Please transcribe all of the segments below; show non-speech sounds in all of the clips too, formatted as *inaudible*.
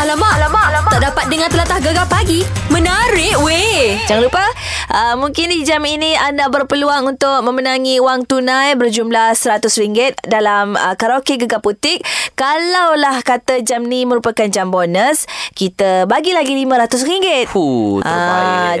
Alamak, alamak, alamak. Tak dapat dengar telatah gegar pagi. Menarik weh. Jangan lupa uh, Mungkin di jam ini Anda berpeluang untuk Memenangi wang tunai Berjumlah RM100 Dalam uh, karaoke Gegar Putik Kalaulah kata jam ni Merupakan jam bonus Kita bagi lagi RM500 Fuh, Ah,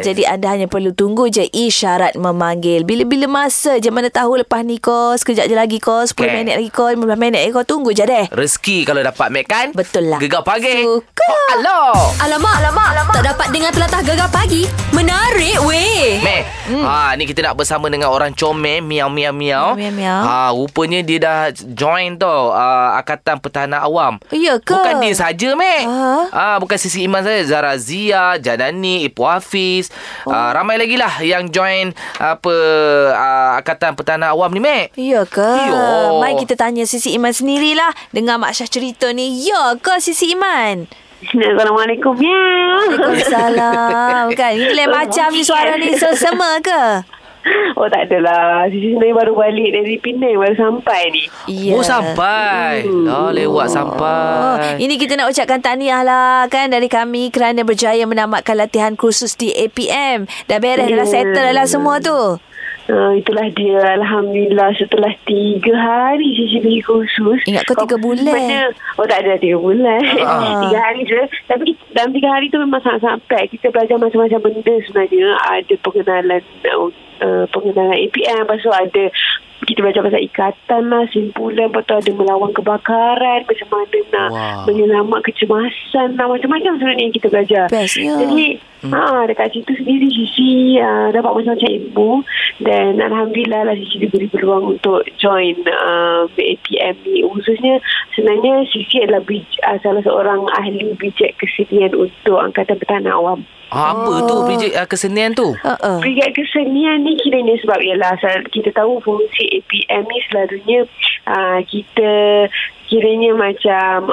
terbaik. jadi anda hanya perlu tunggu je isyarat memanggil. Bila-bila masa je mana tahu lepas ni kau, sekejap je lagi kau, 10 okay. Okay. minit lagi kau, 15 minit lagi kau, tunggu je deh. Rezeki kalau dapat Mac kan Betul lah. Gegar pagi Oh, Suka. Hello Alamak, alamak, alamak. Tak dapat dengar telatah gegar pagi. Menarik weh. Meh hmm. ha, Ni kita nak bersama dengan orang comel Miau miau miau Miau, miau, miau. ha, Rupanya dia dah join tau uh, Akatan Pertahanan Awam Ya ke? Bukan dia saja Meh Ah. ha, Bukan sisi iman saya Zara Zia Jadani Ibu Hafiz oh. ha, Ramai lagi lah yang join Apa uh, Akatan Pertahanan Awam ni Meh Ya ke? Yo. Mari kita tanya Sisi Iman sendirilah. Dengar Mak Syah cerita ni. Ya ke Sisi Iman? Assalamualaikum. Ya. *laughs* Salam kan. Ini lain macam ni suara ni sesama ke? *laughs* Oh tak adalah. Sisi sebenarnya baru balik dari Penang. Baru sampai ni. Ya. Oh sampai Hmm. Dah lewat sampai Oh, Ini kita nak ucapkan tahniah lah kan dari kami kerana berjaya menamatkan latihan kursus di APM. Dah beres Oh. Ya. dah settle lah semua tu. Uh, itulah dia. Alhamdulillah setelah tiga hari Sisi pergi kursus. Ingat kau tiga bulan. Mana? Oh tak ada tiga bulan. Ah. *laughs* tiga hari je. Tapi dalam tiga hari tu memang sangat-sangat pack. Kita belajar macam-macam benda sebenarnya. Ada pengenalan uh, pengenalan APM. Lepas tu ada kita belajar pasal ikatan lah, simpulan. Lepas tu ada melawan kebakaran. Macam mana nak Wah. menyelamat kecemasan lah. Macam-macam sebenarnya yang kita belajar. Bestnya. Jadi hmm. ha, dekat situ sendiri Sisi uh, dapat macam-macam ilmu dan Alhamdulillah lah Sisi diberi peluang untuk join uh, APM ni. Khususnya sebenarnya Sisi adalah bij, uh, salah seorang ahli bijak kesenian untuk Angkatan Pertahanan Awam. ha, Apa tu Oh. Bridget uh, kesenian tu Uh-uh. Brigad kesenian ni kiranya sebab ialah sel- kita tahu fungsi APM ni selalunya uh, kita kiranya macam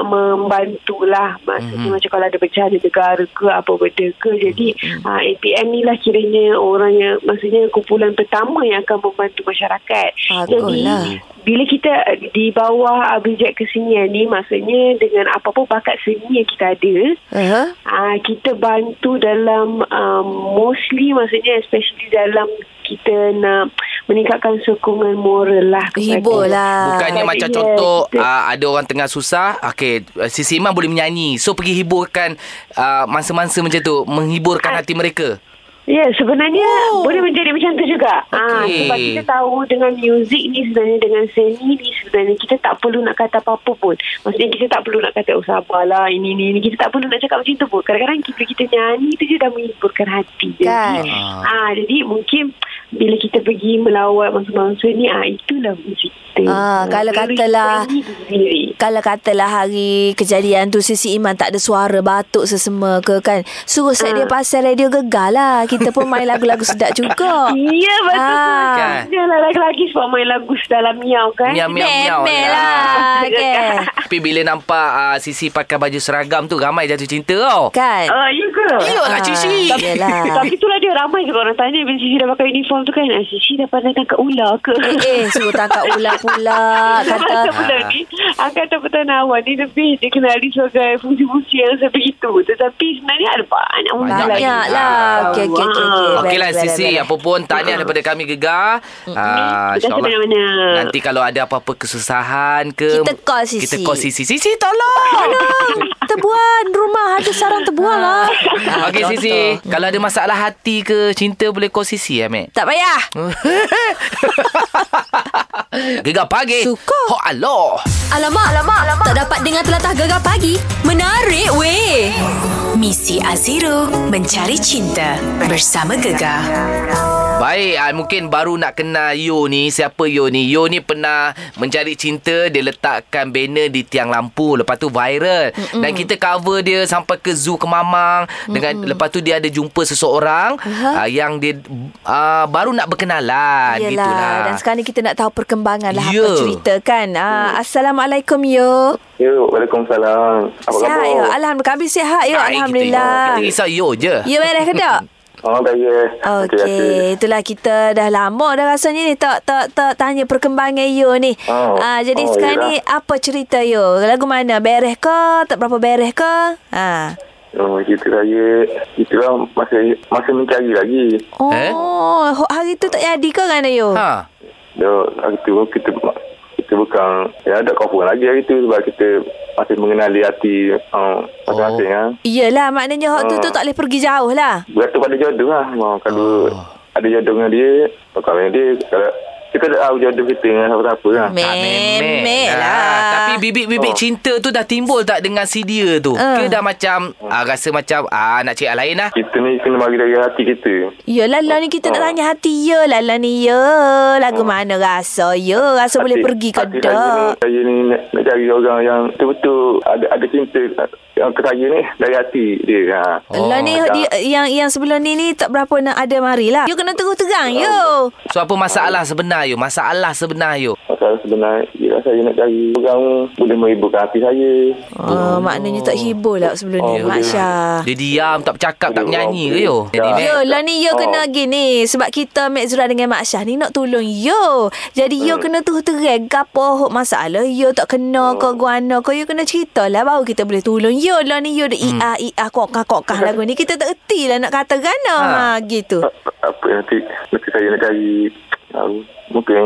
membantulah maksudnya mm-hmm. macam kalau ada bencana negara ke apa benda ke jadi mm-hmm. uh, APM ni lah kiranya orang yang maksudnya kumpulan pertama yang akan membantu masyarakat jadi Baguslah. bila kita uh, di bawah uh, Brigad kesenian ni maksudnya dengan apa-apa bakat seni yang kita ada Uh-huh. Uh, kita bantu dalam um, mostly maksudnya especially dalam kita nak meningkatkan sokongan moral lah. kepada- Hibur lah. Bukannya Ah, macam ya, contoh kita- uh, ada orang tengah susah, okey uh, Sisi Iman boleh menyanyi. So pergi hiburkan uh, mangsa-mangsa macam tu, menghiburkan hati mereka. Ya, yeah, sebenarnya oh. boleh menjadi macam tu juga. Okay. Ha, Okey. sebab kita tahu dengan muzik ni sebenarnya dengan seni ni sebenarnya kita tak perlu nak kata apa-apa pun. Maksudnya kita tak perlu nak kata oh sabarlah ini ni ni kita tak perlu nak cakap macam tu pun. Kadang-kadang kita, kita nyanyi tu je dah menghiburkan hati. je. Kan. Ah, jadi mungkin bila kita pergi melawat mangsa-mangsa ni ah itulah muzik kita. Ah, kalau Diri katalah- kita ni sendiri. Kalau katalah hari kejadian tu Sisi Iman tak ada suara Batuk sesema ke kan Suruh set dia pasal radio gegar lah Kita pun main lagu-lagu sedap juga *laughs* Ya betul Oh. ah. Ah. Jangan lagi-lagi sebab main lagu dalam miau kan Miau, miau, miau. Memel lah. lah *laughs* kan Tapi bila nampak uh, Sisi pakai baju seragam tu ramai jatuh cinta tau. Kan Ah, ya ke? Eh, Iyalah Ah, Cici. tak apalah. Tapi itulah dia ramai juga orang tanya Bila Sisi dah pakai uniform tu kan ah, Sisi dah pandai tangkap ular ke? *laughs* Eh, eh suruh tangkap ular pula Kata Kata benda ni Angkatan Pertahanan Awam ni Lebih dikenali sebagai Fungsi-fungsi yang sebegitu Tetapi sebenarnya ada banyak fungsi lain. Ah, Banyak lah Okey, okey, okey okey. Okey Baik, lah baik, baik, Sisi baik. Apa pun Tahniah daripada kami Gegar Ah, Terima kasih InsyaAllah banyak-banyak. Nanti kalau ada apa-apa kesusahan ke Kita call Sisi. Kita call Sisi Sisi tolong Terbuan rumah Ada sarang terbuan lah Okey Sisi Kalau ada masalah hati ke Cinta boleh call Sisi ya Mek Tak payah *laughs* Gegar pagi Suka. Ho aloh Alamak, alamak, alamak. Tak dapat dengar telatah gegar pagi. Menarik weh. Misi Aziro mencari cinta bersama Gegar. Baik, ah, mungkin baru nak kenal Yo ni. Siapa Yo ni? Yo ni pernah mencari cinta, dia letakkan banner di tiang lampu. Lepas tu viral. Mm-mm. Dan kita cover dia sampai ke zoo Kemamang. Dengan lepas tu dia ada jumpa seseorang uh-huh. yang dia uh, baru nak berkenalan. Yelah Gitulah. Dan sekarang ni kita nak tahu perkembangan lah Apa Ya. cerita kan ah, Assalamualaikum yo Ya, Waalaikumsalam. Apa Sihat ya. khabar? yo Alhamdulillah Kami sihat Baik yo kita, Yo. *laughs* Alhamdulillah Kita risau Yo je. *laughs* Ya beres ke tak? Oh, saya. Okey, itulah kita dah lama dah rasanya ni tak tak tak tanya perkembangan you ni. Oh. Ah, jadi Oh, sekarang yelah. ni apa cerita you? Lagu mana? Bereh ke? Tak berapa bereh ke? Ha. Oh, cerita saya, cerita lah masih, masih mencari lagi. Oh, Eh? ho- hari tu tak jadi ke kerana you? Ha. Ha. Dok, hari tu kita, kita bukan, ya, tak confirm lagi hari tu sebab kita masih mengenali hati uh, masing-masing oh. kan. Iyalah, maknanya hak tu Ah. tu tak boleh pergi jauh lah. Bergantung pada jodoh lah. Oh, kalau Oh. ada jodoh dengan dia, bakal dengan dia, kalau kita tak tahu jodoh kita dengan siapa-siapa kan. Ah, Memek Ah, lah. Tapi bibit-bibit Oh. cinta tu dah timbul tak dengan si dia tu? Ah. Ke dah macam ah, rasa macam ah, nak cari yang lain lah? Kita ni kena bagi dari hati kita. Yelah lah ni kita nak Oh. tanya hati ya lah lah ni ya. Lagu mana rasa ya. Rasa boleh Ah. Hati- pergi ke hati saya ni- tak. Saya ni nak, nak cari orang yang betul-betul ada, ada cinta yang ke saya ni dari hati dia. Ha. Oh. Lah ni tak. dia, yang yang sebelum ni ni tak berapa nak ada mari lah. You kena terus terang you. So apa masalah sebenar you? Masalah sebenar you? Masalah sebenarnya, ialah saya nak cari orang boleh menghiburkan hati saya. Oh, maknanya tak hibur lah sebelum Oh, Ah. ni. boleh. Mak Syah. Dia diam, tak bercakap, tak Aduh, menyanyi ke okey. you? Ya. Jadi, Yo, lah ni yo Oh. kena gini sebab kita Mek Zura dengan Mak Syah ni nak tolong yo. Jadi yo kena tu terang gapo hok masalah yo Oh. tak kena ke guano ke yo kena cerita lah baru kita boleh tolong yo. Lah ni yo de Hmm. ia ia kokah *laughs* kokah lagu ni kita tak erti lah nak kata gana Ha. ha. gitu. Tak- tak Apa yang nanti, nanti saya nak cari, tahu, mungkin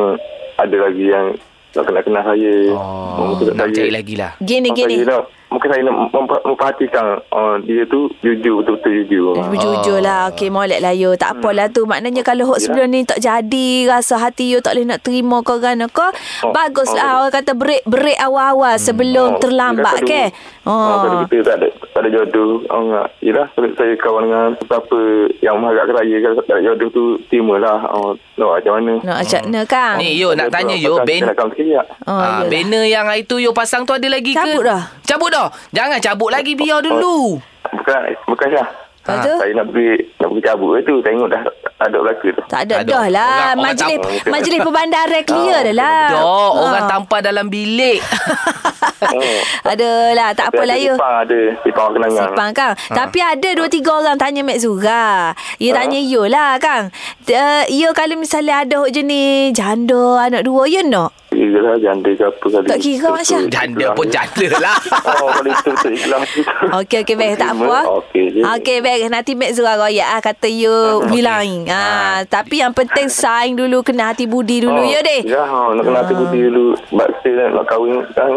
ada lagi yang tak kenal-kenal saya. oh, Mungkin tak nak saya- cari lagi lah. Gini Mungkin gini. saya nak- Mungkin saya nak memper- memperhatikan uh, dia tu jujur, betul-betul jujur. Ha. Ah. Jujur lah Okey molek lah you Hmm. Tak apalah tu Maknanya kalau hok sebelum ni Tak jadi Rasa hati you tak boleh nak terima kau kerana kau Oh, Bagus lah oh. Orang kata break Break awal-awal Oh, Sebelum terlambat Oh. yelah, ke kalau- ah, Kalau kita tak ada, tak ada jodoh, oh, enggak. Yelah, kalau saya kawan dengan siapa yang mengharap keraya, kalau tak ada jodoh tu, timalah. Oh, nak macam mana. Nak ajak hmm. kang Ni you nak tanya you, Ben. Nak kawan ya. sekejap. Oh, ah, iyalah. banner yang hari tu you pasang tu ada lagi Cabut ke? dah. Cabut dah. Jangan cabut lagi biar dulu. Bukan, bukan lah. Lepas tu? Saya nak beri, nak beri cabut ke tu, tengok dah ada belaka tu. Tak ada Tak ada. dah lah Orang- orang Majlis tampar. majlis *laughs* perbandaran clear dah lah Dah, Ha. orang tampar dalam bilik. Oh. *laughs* Adalah tak Tapi ada apalah lah. you Sipang ada, sipang kenangan. lah, Sipang Kang ha. Ah. Tapi ada dua tiga orang Tanya Mek Zura Ya Ha. tanya you lah Kang uh, You kalau misalnya ada Hok jenis Janda Anak dua You *laughs* nak Yelah, lah, janda ke apa kali. Tak kira, Mak Syah. Janda pun janda lah. Oh, kalau itu betul ikhlas. Okey, okey, baik. Tak apa. Okey je. Okey, baik. Nanti Mek Zura royak ah, kata you bilang. Ah, Tapi yang penting saing dulu. Kena hati budi dulu, Ah. Oh, you deh. Ya, ha, nak kena hati budi dulu. Sebab saya nak, nak kahwin kan.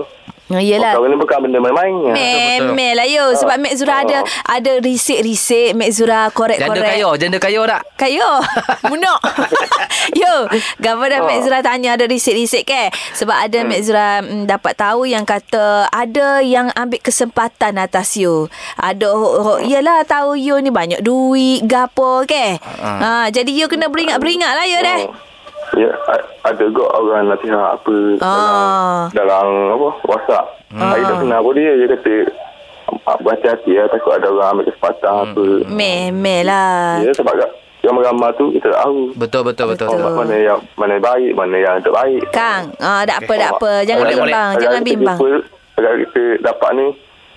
Oh, Yelah. Kahwin ni bukan benda main-main. ya. betul. Ah. Memel lah you Sebab Mek Zura ada Ada risik-risik Mek Zura Janda korek-korek kaya, janda kaya tak? *laughs* Kayo Munok *laughs* Yo Governor Ah. Oh. oh. Mek Zura tanya Ada risik-risik ke Sebab ada hmm. Mek Zura mm, Dapat tahu yang kata Ada yang ambil kesempatan atas you Ada ho, ho, Yelah tahu you ni banyak duit Gapo ke Ah. ha, Jadi you kena beringat-beringat lah you deh Oh. Ya, a- ada ke orang nasihat apa Ah. Hmm. dalam, dalam apa, WhatsApp. Saya tak kenal apa dia. Dia kata, "Ah, berhati-hati ya, takut ada orang ambil kesempatan apa. Memel Hmm. lah Ya, sebab ramai-ramai tu kita tak tahu. Betul, betul, betul. Oh, betul. mana yang mana yang baik, mana yang tak baik. Kang ah, Tak apa, tak apa Jangan Boleh, boleh. bimbang Jangan bimbang Kalau kita dapat ni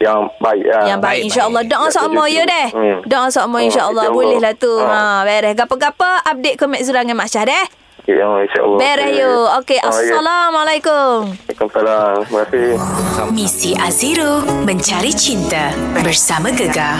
yang baik lah. Yang baik Baik, insyaAllah baik. Doa Dapat sama rezeki. ya deh Hmm. Doa Hmm, sama insyaAllah insyaAllah. Boleh lah tu Ah. ha. Beres Gapa-gapa Update ke Mek Zura dengan Mak Syah deh Okay, yang insyaAllah. Beres you Okey Ah, ya. Assalamualaikum Waalaikumsalam. Terima kasih. Misi Aziro mencari cinta bersama Gegar.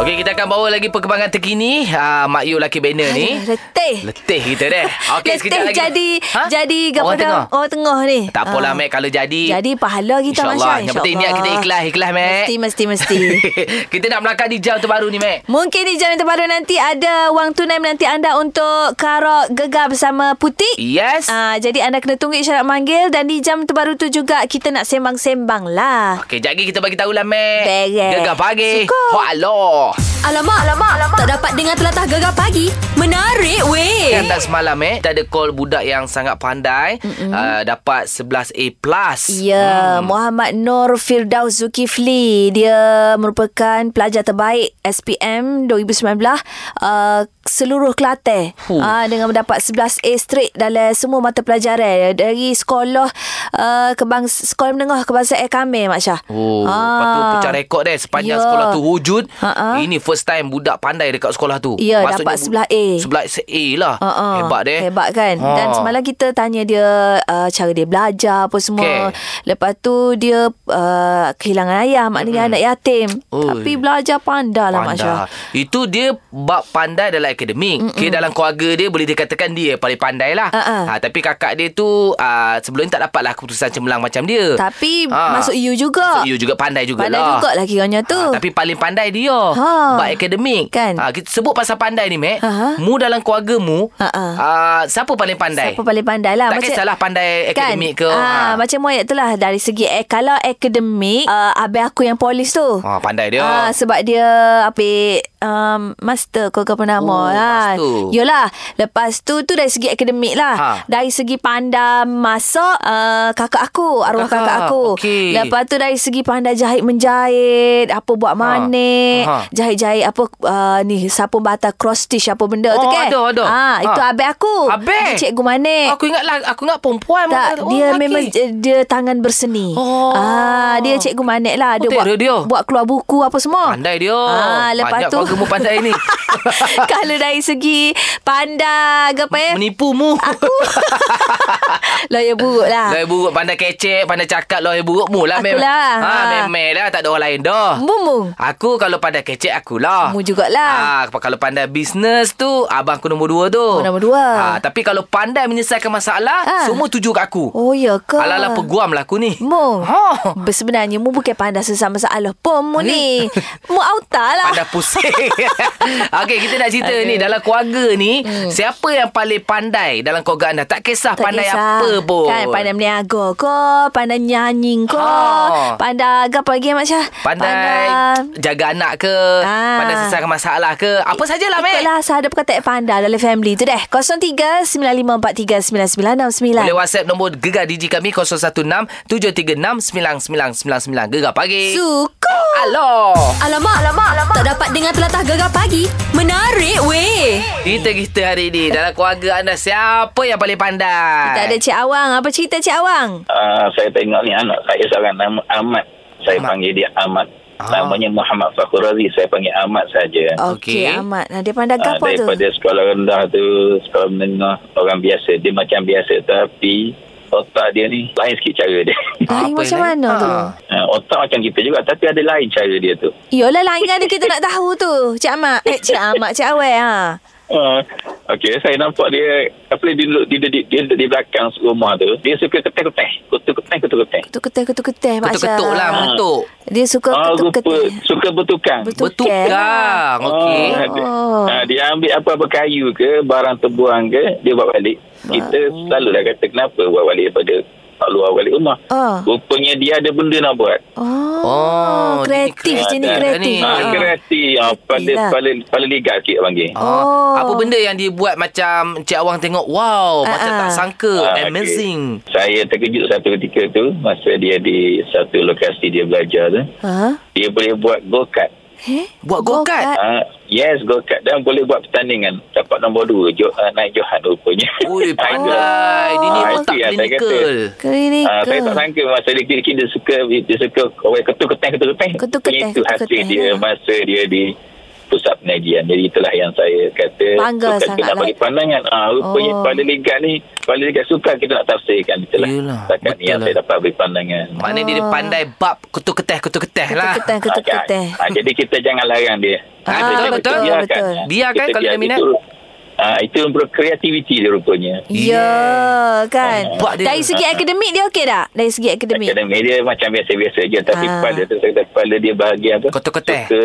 Okey, kita akan bawa lagi perkembangan terkini. Ah, Mak Yu Lucky Banner ni. Aduh, letih. Letih kita deh. Okey, sekejap Letih lagi. jadi Ha? Jadi Orang tengah. gapa Oh tengah ni Tak apalah, Ah. Mek. Kalau jadi... Jadi pahala kita InsyaAllah. Masya Yang penting niat kita ikhlas. Ikhlas, Mek. Mesti mesti mesti *laughs* kita nak melangkah di jam terbaru ni, Mek. Mungkin di jam yang terbaru nanti ada wang tunai menanti anda untuk karok gegar bersama Putih. Yes. Ah, jadi anda kena tunggu isyarat manggil dan di jam terbaru tu juga kita nak sembang-sembang lah. Okey, jap lagi kita bagi tahu lah, Mek. Beres. Gegar pagi. Suka. Ho, aloh. Alamak, alamak, alamak. Tak dapat dengar telatah gegar pagi. Menarik weh. Yang tak semalam eh Kita ada call budak yang sangat pandai uh, Dapat 11A+. plus. Ya, hmm. Muhammad Nur Firdaus Zulkifli. Dia merupakan pelajar terbaik SPM 2019 uh, seluruh Kelantan Huh. uh, dengan mendapat 11 A straight dalam semua mata pelajaran dari sekolah uh, kebangsa, sekolah menengah kebangsaan kami Mak Syah. Oh, lepas tu pecah rekod deh sepanjang lah. Ah. Ya. yeah. sekolah tu wujud. Ha-ha. Ini first time budak pandai dekat sekolah tu. Ya, dapat sebelah A. Sebelah A lah. Uh-uh. Hebat deh. Hebat kan Ha. Dan semalam kita tanya dia uh, Cara dia belajar apa semua Okey. Lepas tu dia uh, Kehilangan ayah Maknanya anak yatim Oi. Tapi belajar pandai lah Mak Syah Hmm. Pandai. Itu dia bab pandai dalam akademik. Mm-mm. Kira dalam keluarga dia boleh dikatakan dia yang paling pandai lah. Ha-ha. Ha, tapi kakak dia tu uh, sebelum ni tak dapatlah keputusan cemerlang macam dia. Tapi Ha. masuk you juga So, you juga pandai juga Pandai lah. jugalah kiranya tu Ha, tapi paling pandai dia. Ha. Ha. Bab akademik. Kan? Ha, kita sebut pasal pandai ni, Mac. Aha. Mu dalam keluarga mu, Ha, ha. ah, siapa paling pandai? Siapa paling pandai lah Tak kisahlah pandai akademik ke. Ha. ha, Macam Moyak tu lah Dari segi eh, Kalau akademik uh, Abang aku yang polis tu Ha, pandai dia. Ah, sebab dia ambil um, master kau kau pernah Oh, lah. master. Yolah, lepas tu tu dari segi akademik lah. Ha. Dari segi pandai masak uh, kakak aku, arwah kakak, Kakak, aku. okey. Lepas tu dari segi pandai jahit menjahit, apa buat manik, Ha. jahit-jahit apa uh, ni sapun bata cross stitch apa benda tu Oh, kan. ada, ada. Ah, Ha. itu abang aku. Abang? Dia cikgu manik. Aku ingat lah, aku ingat perempuan. Tak, Oh, dia lelaki. memang eh, dia tangan berseni. Oh. Ah, dia cikgu manik lah. Dia Oh, buat terror dia. buat keluar buku apa semua. Pandai dia. Ah, lepas Banyak tu keluarga mu pandai *laughs* ni. Kalau dari segi pandai ke apa ya? Menipu mu. Aku. lah. Lawyer buruk lah. Lawyer buruk pandai kecek, pandai cakap lawyer buruk mu lah. Aku lah. Ha, Ha. memek lah. Tak ada orang lain dah. Mumu. Aku kalau pandai kecek akulah. Mu Ah, jugalah. kalau pandai bisnes tu abang aku nombor dua tu. Oh, nombor dua. Ah, tapi kalau pandai menyelesaikan masalah, Ah. semua tuju kat aku. Oh ya ke? Ala-ala peguam lah aku ni. Mu. Ha. Ber- Sebenarnya mu bukan pandai sesama masalah pun mu *laughs* ni. mu auta lah. Pandai pusing *laughs* Okey kita nak cerita ni Dalam keluarga ni hmm. Siapa yang paling pandai Dalam keluarga anda Tak kisah Tak pandai kisah. apa pun Kan pandai meniaga ke Pandai nyanyi ke Ah. Pandai apa lagi Mak Syah Pandai, jaga anak ke Ah. Pandai selesaikan masalah ke Apa sajalah Mek Ikutlah sahaja perkataan pandai dalam family tu deh 03 9543 Boleh whatsapp nombor Gegar DJ kami 016-736-9999 Gegar pagi Suka Alo Alamak, alamak, alamak. Tak dapat dengar telatah gegar pagi. Menarik weh. Cerita kita hari ni Dalam keluarga anda Siapa yang paling pandai Tak ada Cik Awang Apa cerita Cik Awang Ah, saya tengok ni anak saya seorang nama Ahmad. Saya Ahmad. panggil dia Ahmad. Ah. Namanya Muhammad Fakhur Razi. Saya panggil Ahmad saja. Okey Okey. Ahmad nah, Dia pandai Ah, gapa Ah, tu daripada sekolah rendah tu, sekolah menengah, orang biasa. Dia macam biasa tapi otak dia ni lain sikit cara dia. *laughs* Lain Apa macam ni? mana tu Ah. Ah, otak macam kita juga tapi ada lain cara dia tu. Yolah lain kan kita nak tahu tu Cik Ahmad Eh Cik Ahmad Cik Awang ha. Uh, Okey, saya nampak dia apa dia duduk dia, dia, dia duduk di belakang rumah tu. Dia suka keteh-keteh, kutu-keteh-kutu-keteh. Tu ketih-ketih Ketuk-ketuk lah Ketuk Dia suka Ah, rupa ketuk-ketih suka bertukang. Bertukang. Bertukar Okey Ah, dia, Oh. ah, dia ambil apa-apa kayu ke, barang terbuang ke, dia buat balik. Kita selalu dah kata kenapa buat balik daripada tak luar balik rumah. Ah. Rupanya dia ada benda nak buat. Oh, Oh, Kreatif dia ni jenis lah kreatif ni. kreatif Ah. Ha, kreatif. Ha, pada, lah. pada, pada ligat sikit panggil. Oh. Oh. Apa benda yang dia buat macam Cik Awang tengok wow, Ah, macam ah. tak sangka, Ah, okey. *laughs* amazing. Saya terkejut satu ketika tu, masa dia di satu lokasi dia belajar tu. ha? Dia boleh buat go-kart. Eh? Buat go-kart? Ah, yes, go-kart. Dan boleh buat pertandingan. Dapat nombor dua, jo, ah, naik Johan rupanya. *laughs* Ui, Ada. pandai. Dia ni Ah, otak itu yang saya kata. klinikal. Ah, saya tak Klinikal sangka masa dia kecil dia suka dia suka orang ketuk-ketang ketuk-ketang. Ketuk-ketang, Itu hasil ketuk-ketang. dia masa dia di pusat pengajian. Jadi itulah yang saya kata Bangga sukan sangat kita nak lah. bagi pandangan. Ah rupanya Oh. oh. pada ligat ni, pada ligat suka kita nak tafsirkan itulah. Yelah, Setakat ni betul yang lah. saya dapat beri pandangan. Ah, Maknanya dia Ah. pandai bab ketuk-keteh-ketuk-keteh lah. Ketuk-ketih Ketuk-ketih. Ketuk-ketih Ah, jadi kita jangan larang dia. Ah, Kita betul, betul, biarkan. betul. Biarkan Kita kalau dia biar- minat. itu- Ah itu kreativiti dia rupanya. Ya kan Nampak Oh, dia. Ah. Dari segi akademik dia okey tak? Dari segi akademik Akademik dia macam biasa-biasa je Tapi Ah. ah. kepala tu saya kata Kepala dia bahagian apa Kotak-kotak. Suka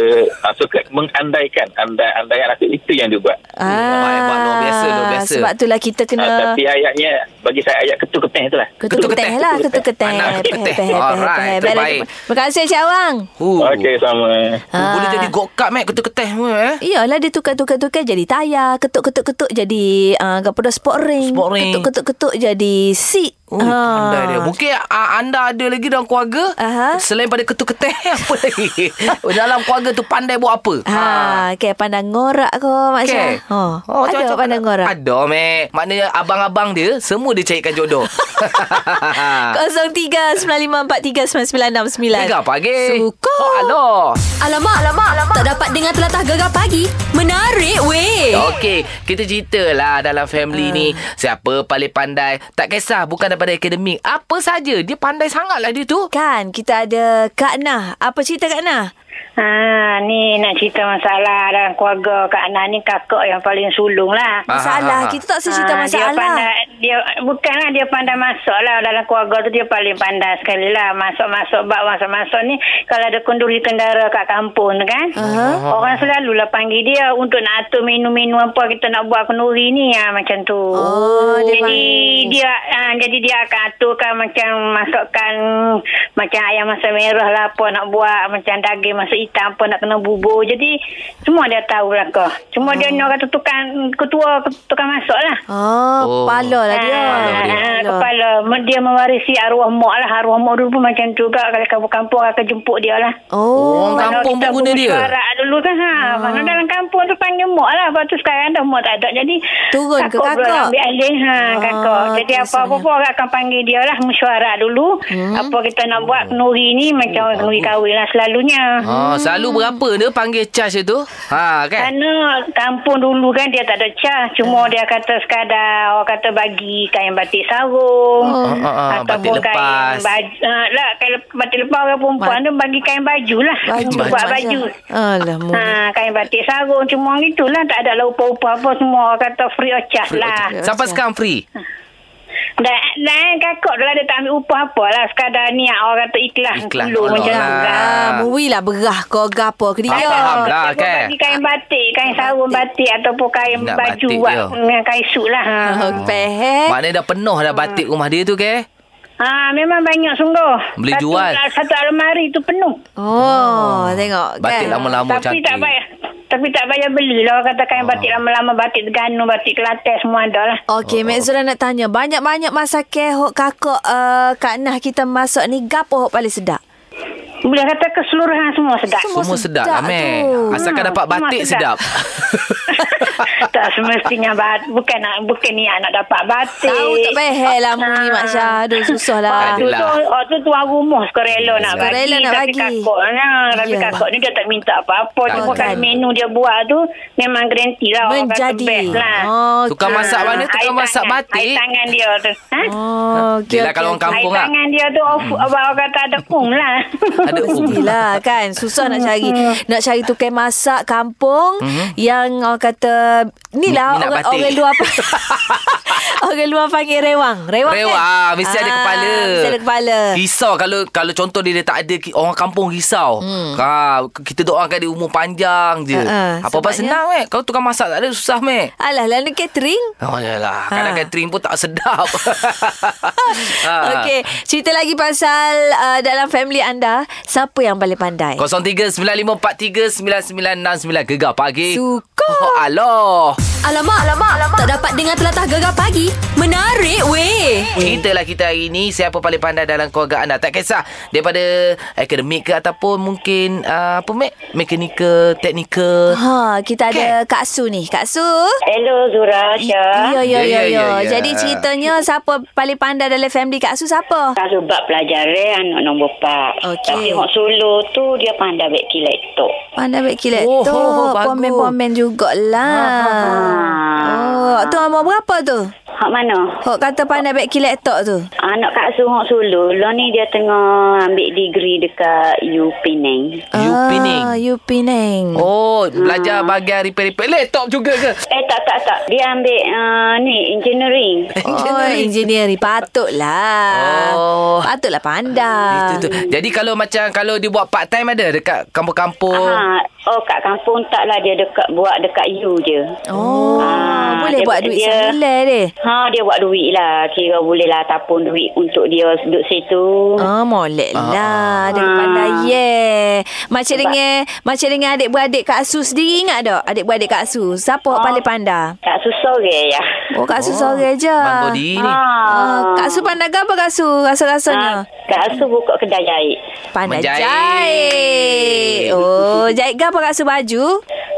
ah, Suka mengandaikan Andai-andaikan aku Itu yang dia buat Hebat, luar biasa, luar biasa. Ah, Sebab itulah kita kena ah, Tapi ayatnya Bagi saya ayat ketuk-ketuk tu lah Ketuk-ketih lah Ketuk-ketih Anak ketuk-ketih. Peh, peh, peh, Alright, peh. itu Baiklah, baik. Terima kasih Cik Awang Huh. Okey sama Oh, Boleh Ah. jadi go-kart, Mac, ketuk-keteh pun, eh. Iyalah dia tukar-tukar-tukar jadi tayar Ketuk-ketuk-ketuk jadi uh, Gak pedas sport ring Sport ring. Ketuk-ketuk-ketuk jadi seat Oh, Ha. pandai dia. Mungkin uh, anda ada lagi dalam keluarga Aha. selain pada ketuk-ketuk *laughs* apa lagi? Oh, dalam keluarga tu pandai buat apa? Ah, Ha, okay, pandang ngorak ke Mak Okay. Syah? Oh, oh, ada macam-macam pandang ngorak. *laughs* Ada, *laughs* Mek. Maknanya abang-abang dia, semua dia carikan *laughs* jodoh. 03-9543-9969 Gegar pagi. Suka Oh, aloh. Alamak, alamak, alamak. Tak dapat dengar telatah gegar pagi. Menarik Eh. weh. Ya, Okey, kita ceritalah dalam family ni siapa paling pandai. Tak kisah bukan daripada akademik. Apa saja dia pandai sangatlah dia tu. Kan, kita ada Kak Nah. Apa cerita Kak Nah? Ha, ni nak cerita masalah dalam keluarga Kak Ana ni kakak yang paling sulung lah. Ah, Masalah. ah, ah. Kita tak secerita Ah, masalah. Dia pandai, dia, bukanlah dia pandai masak lah. Dalam keluarga tu dia paling pandai sekali lah. Masak-masak, bak masak-masak ni. Kalau ada kenduri kendara kat kampung tu kan. Ah. Uh-huh. Orang selalulah panggil dia untuk nak atur menu-menu apa kita nak buat kenduri ni. Ha, macam tu. Oh, dia jadi dia ha, jadi dia akan aturkan macam masukkan macam ayam masak merah lah apa nak buat. Macam daging masak hitam apa nak kena bubur. Jadi semua dia tahu lah kau. Cuma dia Hmm. ni orang tu tukang ketua tukang masak lah. Oh, Oh. kepala lah dia. Kepala dia. Ah, kepala Me- dia mewarisi arwah mak lah arwah mak dulu pun macam tu juga kalau kampung-kampung akan jemput dia lah Orang Oh, kampung pun Kalau kita guna dia. Ah. bersuara dulu kan ha. Mana dalam kampung tu panggil mak lah Lepas tu sekarang dah mak tak ada Jadi Turun ke kakak kakak? pula ambil alih ha, Ah, kakak Jadi tu apa-apa sayang. pun orang akan panggil dia lah Mesyuarat dulu Hmm. Apa kita nak buat Nuri ni macam oh, Nuri kahwin lah selalunya Ha, selalu berapa dia panggil charge dia tu? Ha, kan? Kerana kampung dulu kan dia tak ada cas. Ya. Cuma dia kata sekadar orang kata bagi kain batik sarung. Oh. Ah, ah, ah, batik ataupun lepas. kain baju. Uh, lah, kain lep- batik lepas orang perempuan tu bagi kain baju lah. Baju. Buat baju. Alah, mulut. Ha, kain batik sarung cuma gitulah tak ada lah upah-upah apa semua orang kata free of charge lah. charge. Sampai sekarang free. Dan, dan kakak tu lah dia tak ambil upah apa lah sekadar ni orang kata ikhlas. Ikhlas tolong tolong macam tu lah. lah. Ah, Mui lah berah kau gapo ke dia. Faham lah, Dia pun kan? Bagi kain batik, kain sarung batik ataupun kain Nak baju batik buat dia. dengan kain suit lah. Ha. Oh, Peh. Maknanya dah penuh dah batik rumah dia tu, ke? ha, memang banyak sungguh. Boleh satu, jual. Satu almari tu penuh. Oh, tengok Batik kan. lama-lama Tapi cantik. Ah. tak payah. Tapi tak payah beli lah. Orang kata kain batik lama-lama, batik Terengganu, batik Kelantan semua ada lah. Okey, Oh. Mek Zura nak tanya. Banyak-banyak masakan hok kakak uh, Kak Nah kita masak ni gapo hok paling sedap? Boleh kata keseluruhan semua *laughs* sedap. Semua sedap, lah, Mek. tu. Asalkan Hmm, dapat semua batik sedap. sedap. tak semestinya bat, bukan nak bukan ni nak dapat batik. Tahu tak payah lah mu ni Mak Syah. Aduh susah lah. Ah, tu, tu, oh, tu tuan rumah suka rela nak Suka bagi. rela nak tapi bagi. kakak nah, Ah, Tapi Ya. kakak ni dia tak minta apa-apa. Tak Cuma minta. kalau menu dia buat tu memang guarantee lah. orang kata Menjadi. best lah. Oh, Tukang Ah, masak mana? Tukang air masak tangan, batik. Air tangan dia tu. Ha? Oh, okey. Yelah, okey, *laughs* kalau orang okey. kampung air lah. tangan dia tu off, orang kata ada pung lah. *laughs* Ada um. Mestilah kan Susah nak cari Nak cari tukang masak Kampung Mhm. Yang orang kata Ni lah Minat orang, batik. orang luar panggil, *laughs* Orang luar panggil rewang Rewang, Rewang kan? Mesti ada Ah, kepala Mesti ada kepala Risau kalau Kalau contoh dia, dia tak ada ki- Orang kampung risau hmm. ha, Kita doakan dia umur panjang je Ha, ha, Apa-apa sebabnya- senang Mek Kalau tukang masak tak ada Susah Mek Alah lah ni catering Oh yalah Kadang Ha. catering pun tak *laughs* sedap ha. Okey Cerita lagi pasal uh, Dalam family anda Siapa yang paling pandai 0395439969 Gegar pagi Suka. oh, Aloh Alamak, alamak, alamak. Tak dapat dengar telatah gegar pagi. Menarik weh. Ceritalah kita hari ini Siapa paling pandai dalam keluarga anda Tak kisah Daripada akademik ke Ataupun mungkin uh, Apa Mek Mekanikal Teknikal Ha, kita ada Kak Su ni. Kak Su. Hello Zura, Syah. Ya, Ya, ya, ya, ya, ya. ya, Jadi ya. ceritanya siapa paling pandai dalam family Kak Su siapa? Tak sebab pelajaran anak nombor 4. Okey. Tapi Mak Solo tu dia pandai baik kilat tu. Pandai baik kilat Oh, tu. oh, oh, bagus. Pomen-pomen jugalah. Oh, tu umur berapa tu? Hak mana? Hok kata pandai baik kilat tok tu. Anak Kak Su Mak Solo. Lo ni dia tengah ambil degree dekat U Penang. You Penang Ah, you Penang. *laughs* Oh, belajar bahagian repair-repair. Laptop juga ke? Eh tak tak tak. Dia ambil uh, ni engineering. Oh, engineering patutlah. Oh. Patutlah pandai. Ah, Itu tu. Jadi kalau macam kalau dia buat part time ada dekat kampung-kampung. Ha, oh kat kampung tak lah dia dekat buat dekat U je. Oh, Ah, boleh dia- buat duit dia- sembilan deh. Ha, dia buat duit lah. Kira boleh lah tapun duit untuk dia duduk Oh. situ. Ah, molek lah. Dia Ah. pandai ye. Macam dengan macam dengan adik-beradik Kak Asu sendiri ingat tak? Adik-beradik Kak Asu. Siapa oh. paling pandai? Tak susah ke ya? Oh, Kak Asu oh. seorang je. Bangga diri Ha. ni. Ah, Kak Su pandai ke apa Kak Su? Ah, Rasa-rasanya. Kak Su buka kedai jahit. Pandai Menjahit. jahit. Oh, jahit ke apa Kak Su baju?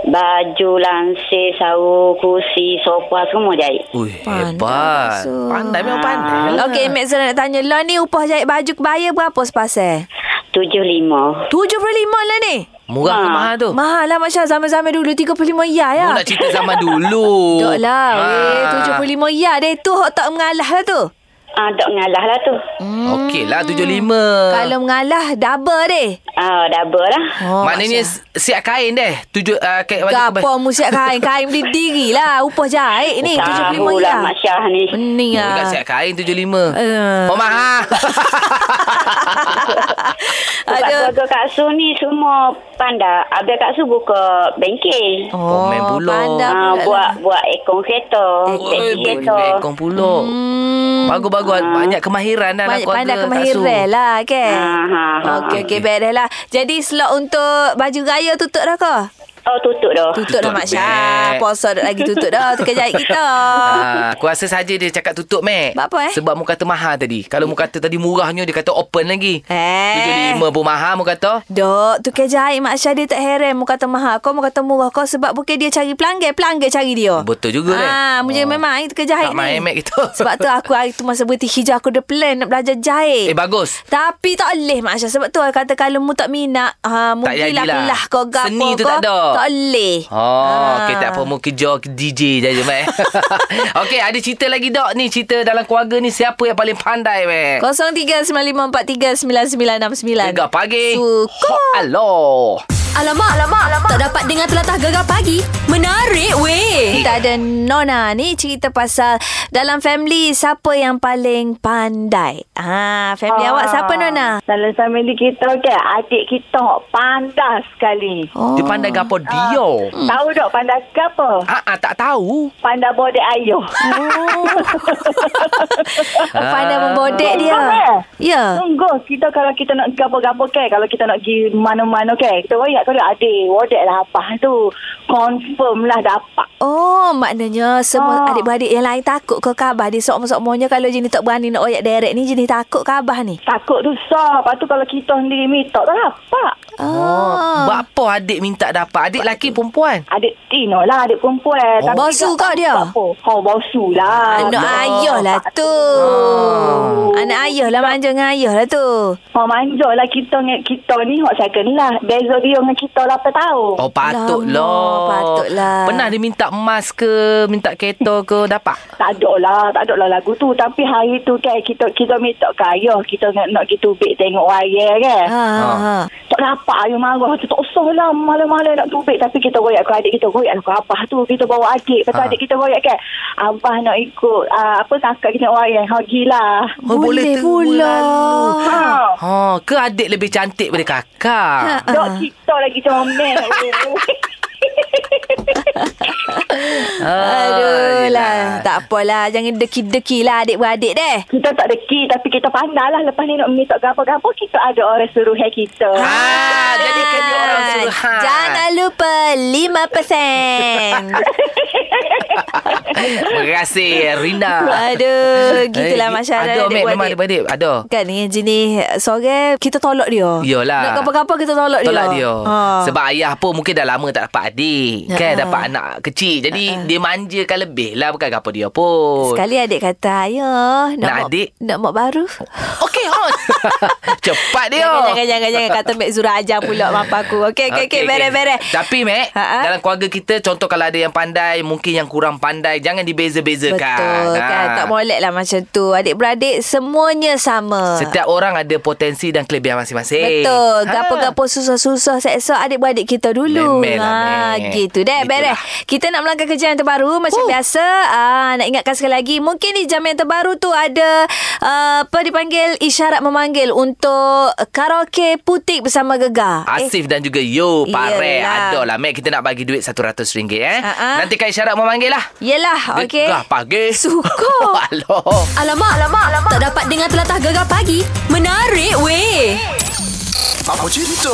Baju, langsir, sarung, kursi, sofa semua jahit. Ui, Pandai, hebat. Su. Pandai memang pandai. lah. Okey, Mek Zara nak tanya. Lo ni upah jahit baju kebaya berapa sepasang? Tujuh lima. RM75 lah ni. Murah ke Ah. mahal tu? Mahal lah Masya zaman-zaman dulu RM35 ya ya. Mu Oh, nak cerita zaman dulu. Dok lah. Ah. Ha. Weh, 75 ya deh tu hok tak mengalah lah tu. Ha. Ah, tak ngalah lah tu. Okey lah, 75. Kalau mengalah double deh. Ah, double lah. Oh, Maknanya Masya. siap kain deh. Tujuh uh, kain Gapo musiak kain Kain beli diri lah Upah jahit ni RM75 Tahu ya. lah Mak Syah ni. Pening Ya. Budak lah siap kain 75. Eh. Uh. Oh mahal. Sebab Ada keluarga Kak Su ni semua pandai. Habis Kak Su buka bengkel. Oh, main pulak. Ah, pandai pulak lah. buat buat ekong kereta, Oi, bengkel kereta. Bekong pulak. Hmm. Bagus-bagus. Banyak kemahiran lah. Banyak keluarga pandai Kak Su. kemahiran lah kan Ah, ha, ha. Okey okey baik dah lah Jadi slot untuk baju raya tutup dah ke? Oh, tutup dah. Tutup dah Tutup Mak dah, Syah Mek. Puasa dah lagi tutup dah Tukar *laughs* jahit kita Ah, aku rasa saja dia cakap tutup, Mac. Sebab apa, eh? Sebab mu kata mahal tadi. Kalau mu kata tadi murahnya, dia kata open lagi. Eh 75 pun mahal, mu kata. Dok, tukar jahit Mak Syah dia tak heran Mu kata mahal kau, mu kata murah kau Sebab bukan dia cari pelanggan, pelanggan cari Oh, dia Betul juga, Mek. Oh. Ah, Mu jangan memang eh, tukar jahit Tak ni main, Mek, kita. Sebab *laughs* tu aku hari tu masa berhenti hijau Aku ada plan nak belajar Eh, jahit bagus. Tapi tak boleh Mak Syah Sebab tu aku kata Kalau mu tak minat ha, Mungkin lah jadilah. lah kau gapo Seni tu kau, tak ada. Tak boleh Ah. Oh, okey tak apa mu kerja DJ je je, Mek. *laughs* okey, ada cerita lagi dok ni, cerita dalam keluarga ni siapa yang paling pandai, Mek? 0395439969 Gegar pagi. lah, Suka Hello. Alamak, alamak, alamak. Tak dapat dengar telatah gegar pagi. Menarik weh. Kita ada Nona ni cerita pasal dalam family siapa yang paling pandai. Ha, family awak siapa Nona? *laughs* Dalam family kita kan Adik kita pandai sekali Oh. Ah. Dia pandai gapo dia? hmm. Tahu tak pandai ke apa? Ah, ah, tak tahu. Pandai bodek ayuh Oh, pandai membodek dia. Pandai. Ya. Sungguh kita kalau kita nak gapo-gapo kan kalau kita nak pergi mana-mana kan kita ingat kalau adik bodek lah apa tu confirm lah dapat Oh, maknanya semua Ah. adik-beradik yang lain takut ke khabar dia sok-sokmonya kalau jenis tak berani nak oyak direct ni jenis takut khabar ni. takut tu sah lepas tu kalau kita sendiri minta tak dapat Oh. Ah. Buat apa adik minta dapat? Adik lelaki perempuan? adik tino lah adik perempuan Oh, bosu tak- kau dia? tak apa. ha bosu lah Anak Ha, ayah lah tak- tu. Ah. Anak ayah lah manja dengan ayah lah tu. Ha manja lah kita dengan kita ni hak second lah. Beza dia dengan kita 8 tahun. Oh patutlah. Lama, patutlah. Pernah dia minta emas ke, minta kereta ke dapat? Tak ada lah, tak ada lah lagu tu. Tapi hari tu kan kita kita minta ke ayah, kita nak nak pergi tubik tengok wayar kan. Ha, Ah. ha, ha. Tak dapat ayah marah tu, tak usah lah malam-malam nak tubik. Tapi kita royak ke adik, kita royak lah ke abah tu. Kita bawa adik, lepas tu Ah. Ha. adik kita royak kan. Abah nak ikut, ah, apa kakak kita nak wayar, ha gilah. Oh, boleh pula. Ha. Ha, ke adik lebih cantik daripada kakak? *laughs* Ha. Dok kita lagi comel. Aduh Ah, yelah. lah. Tak apalah. Jangan deki-deki lah adik-beradik deh. kita tak deki tapi kita pandai lah. Lepas ni nak minta gapo-gapo, kita ada orang suruh hai kita. Ha. Ah, jadi kena orang suruh. Ha. Jangan lupa *laughs* 5%. Terima kasih Rina. Aduh, gitulah Ada masyarakat Eh, Mek, memang ada adik. Ada. Kan ni jenis sore kita tolak dia. Yalah. Nak apa-apa kita tolak dia. Tolak dia. Ha. Sebab ayah pun mungkin dah lama tak dapat adik. Kan Ha. dapat anak kecil. Jadi dia manjakan lebih lah bukan apa dia pun. Sekali adik kata, ayah Nak mak- adik? Nak mak baru. Okey, *laughs* hon. Cepat dia. Jangan, jangan, jangan, jangan kata Mek Zura ajar pula mak aku. Okey, okey, okey, beres, beres. Tapi Mac Ha, ha. Dalam keluarga kita Contoh kalau ada yang pandai Mungkin yang kurang pandai Jangan dibeza-bezakan Betul kan Ha. Tak boleh lah macam tu Adik-beradik Semuanya sama Setiap orang ada potensi Dan kelebihan masing-masing Ha. Betul Gapo-gapo susah-susah Seksa adik-beradik kita dulu Ha, Memel lah, Mek. Gitu Dek Gitulah. beres Kita nak melangkah kerja yang terbaru Macam biasa ah, Nak ingatkan sekali lagi Mungkin di jam yang terbaru tu Ada ah, Apa dipanggil Isyarat memanggil Untuk Karaoke Putik bersama Gegar Eh, Asif dan juga Yo Pare Yelah. Ada lah Mac Kita nak bagi duit RM100 eh Ha, ha. Nanti Kak Isyarat memanggil lah lah. Yelah, Ha, okey. Gegah pagi. *laughs* *laughs* Sukor. Alah. Alamak, alamak, alamak. Tak dapat dengar telatah gegar pagi. Menarik weh. Apa cerita?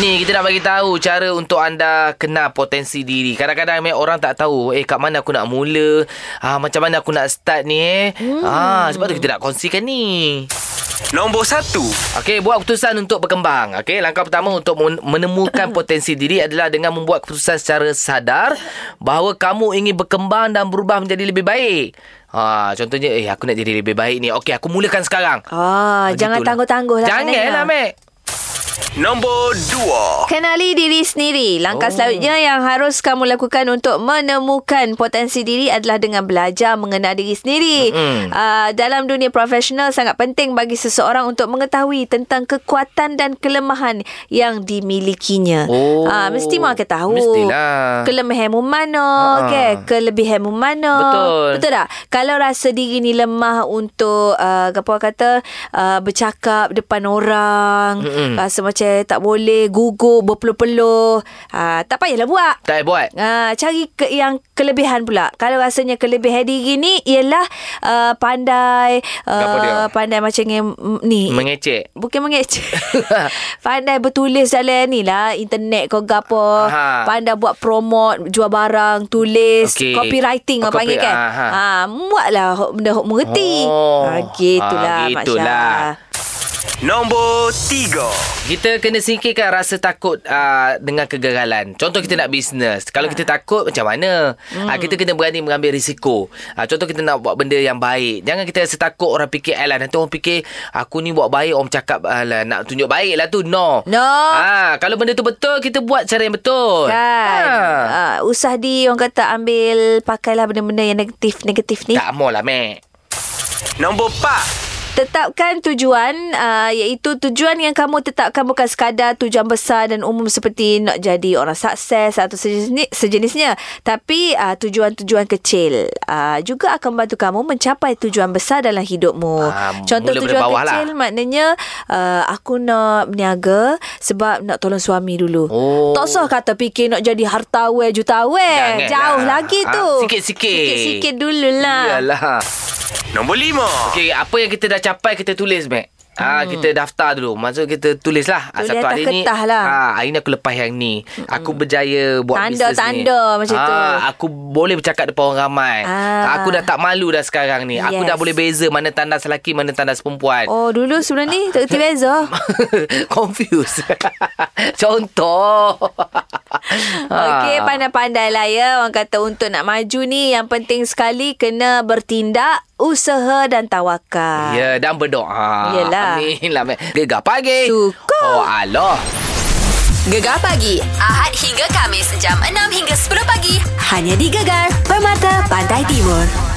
Ni kita nak bagi tahu cara untuk anda kenal potensi diri. Kadang-kadang memang orang tak tahu, eh kat mana aku nak mula, ah macam mana aku nak start ni eh. Hmm. Ah sebab tu kita nak kongsikan ni. Nombor satu. Okey, buat keputusan untuk berkembang. Okey, langkah pertama untuk men- *coughs* menemukan potensi diri adalah dengan membuat keputusan secara sadar bahawa kamu ingin berkembang dan berubah menjadi lebih baik. Ha, contohnya eh aku nak jadi lebih baik ni. Okey, aku mulakan sekarang. Ah, jangan tangguh-tangguh lah Janganlah, sebenarnya. Mek. Nombor dua. Kenali diri sendiri. Langkah oh. selanjutnya yang harus kamu lakukan untuk menemukan potensi diri adalah dengan belajar mengenal diri sendiri. Mm-hmm. Uh, dalam dunia profesional sangat penting bagi seseorang untuk mengetahui tentang kekuatan dan kelemahan yang dimilikinya. Oh. Uh, mesti mereka tahu. Mestilah. Kelemahanmu mana, Ha. okay? kelebihanmu mana. Betul. Ah, Betul tak? Kalau rasa diri ni lemah untuk uh, apa orang kata uh, bercakap depan orang, mm-hmm. rasa macam tak boleh, gugup, berpeluh-peluh, uh, tak payahlah buat. Tak payah buat. Uh, cari ke, yang kelebihan pula. Kalau rasanya kelebihan diri ni ialah uh, pandai Apa dia? uh, pandai macam yang, mm, ni. Mengecek. Bukan *laughs* mengecek Pandai bertulis dalam ni lah Internet kau gapo Aha. Pandai buat promote Jual barang Tulis Okey. okay. Copywriting Oh, orang panggil copy- kan aha. ha, Buatlah hok- benda hok mengerti Oh. ha, Gitulah Ah, ha, gitulah. Nombor tiga. Kita kena singkirkan rasa takut uh, dengan kegagalan. Contoh kita nak bisnes. Kalau kita takut macam mana? Ya. Hmm. Uh, kita kena berani mengambil risiko. Uh, contoh kita nak buat benda yang baik. Jangan kita rasa takut orang fikir alah nanti orang fikir aku ni buat baik orang cakap alah nak tunjuk baik lah tu. No. No. Ah, kalau benda tu betul kita buat cara yang betul. Kan Ah. ha. Usah di orang kata ambil Pakailah benda-benda yang negatif-negatif ni Tak mahu lah, Mek. Nombor empat. Tetapkan tujuan uh, iaitu tujuan yang kamu tetapkan bukan sekadar tujuan besar dan umum seperti nak jadi orang sukses atau sejenis, sejenisnya tapi uh, tujuan-tujuan kecil uh, juga akan membantu kamu mencapai tujuan besar dalam hidupmu. Ah, mula Contoh tujuan daripada bawah kecil maknanya uh, aku nak berniaga sebab nak tolong suami dulu. Oh. Tak usah kata fikir nak jadi hartawan jutawan. Janganlah. Jauh lagi Ah, tu. sikit-sikit. Sikit-sikit dululah. Yalah. Nombor lima. Okey, apa yang kita dah capai kita tulis, Mac. Ah hmm. kita daftar dulu. Maksud kita tulislah. Ah, Tulis atas kertas lah. Hmm. Ah hari ni aku lepas yang ni. Aku berjaya buat bisnes Tanda- ni. Ah, tanda macam tu. aku boleh bercakap depan orang ramai. Ah. Aku dah tak malu dah sekarang ni. Aku Yes. dah boleh beza mana tandas lelaki, mana tandas perempuan. *laughs* Oh dulu sebelum ni tak kerti beza. Confuse. *laughs* Contoh. *laughs* Ah. Okey, pandai-pandai lah ya. Orang kata untuk nak maju ni yang penting sekali kena bertindak, usaha dan tawakal. Ya, dan berdoa. Yelah. Amin lah. Mac. Gegar pagi. Syukur. Oh, Allah. Gegar pagi Ahad hingga Kamis jam 6 hingga 10 pagi. Hanya di Gegar Permata Pantai Timur.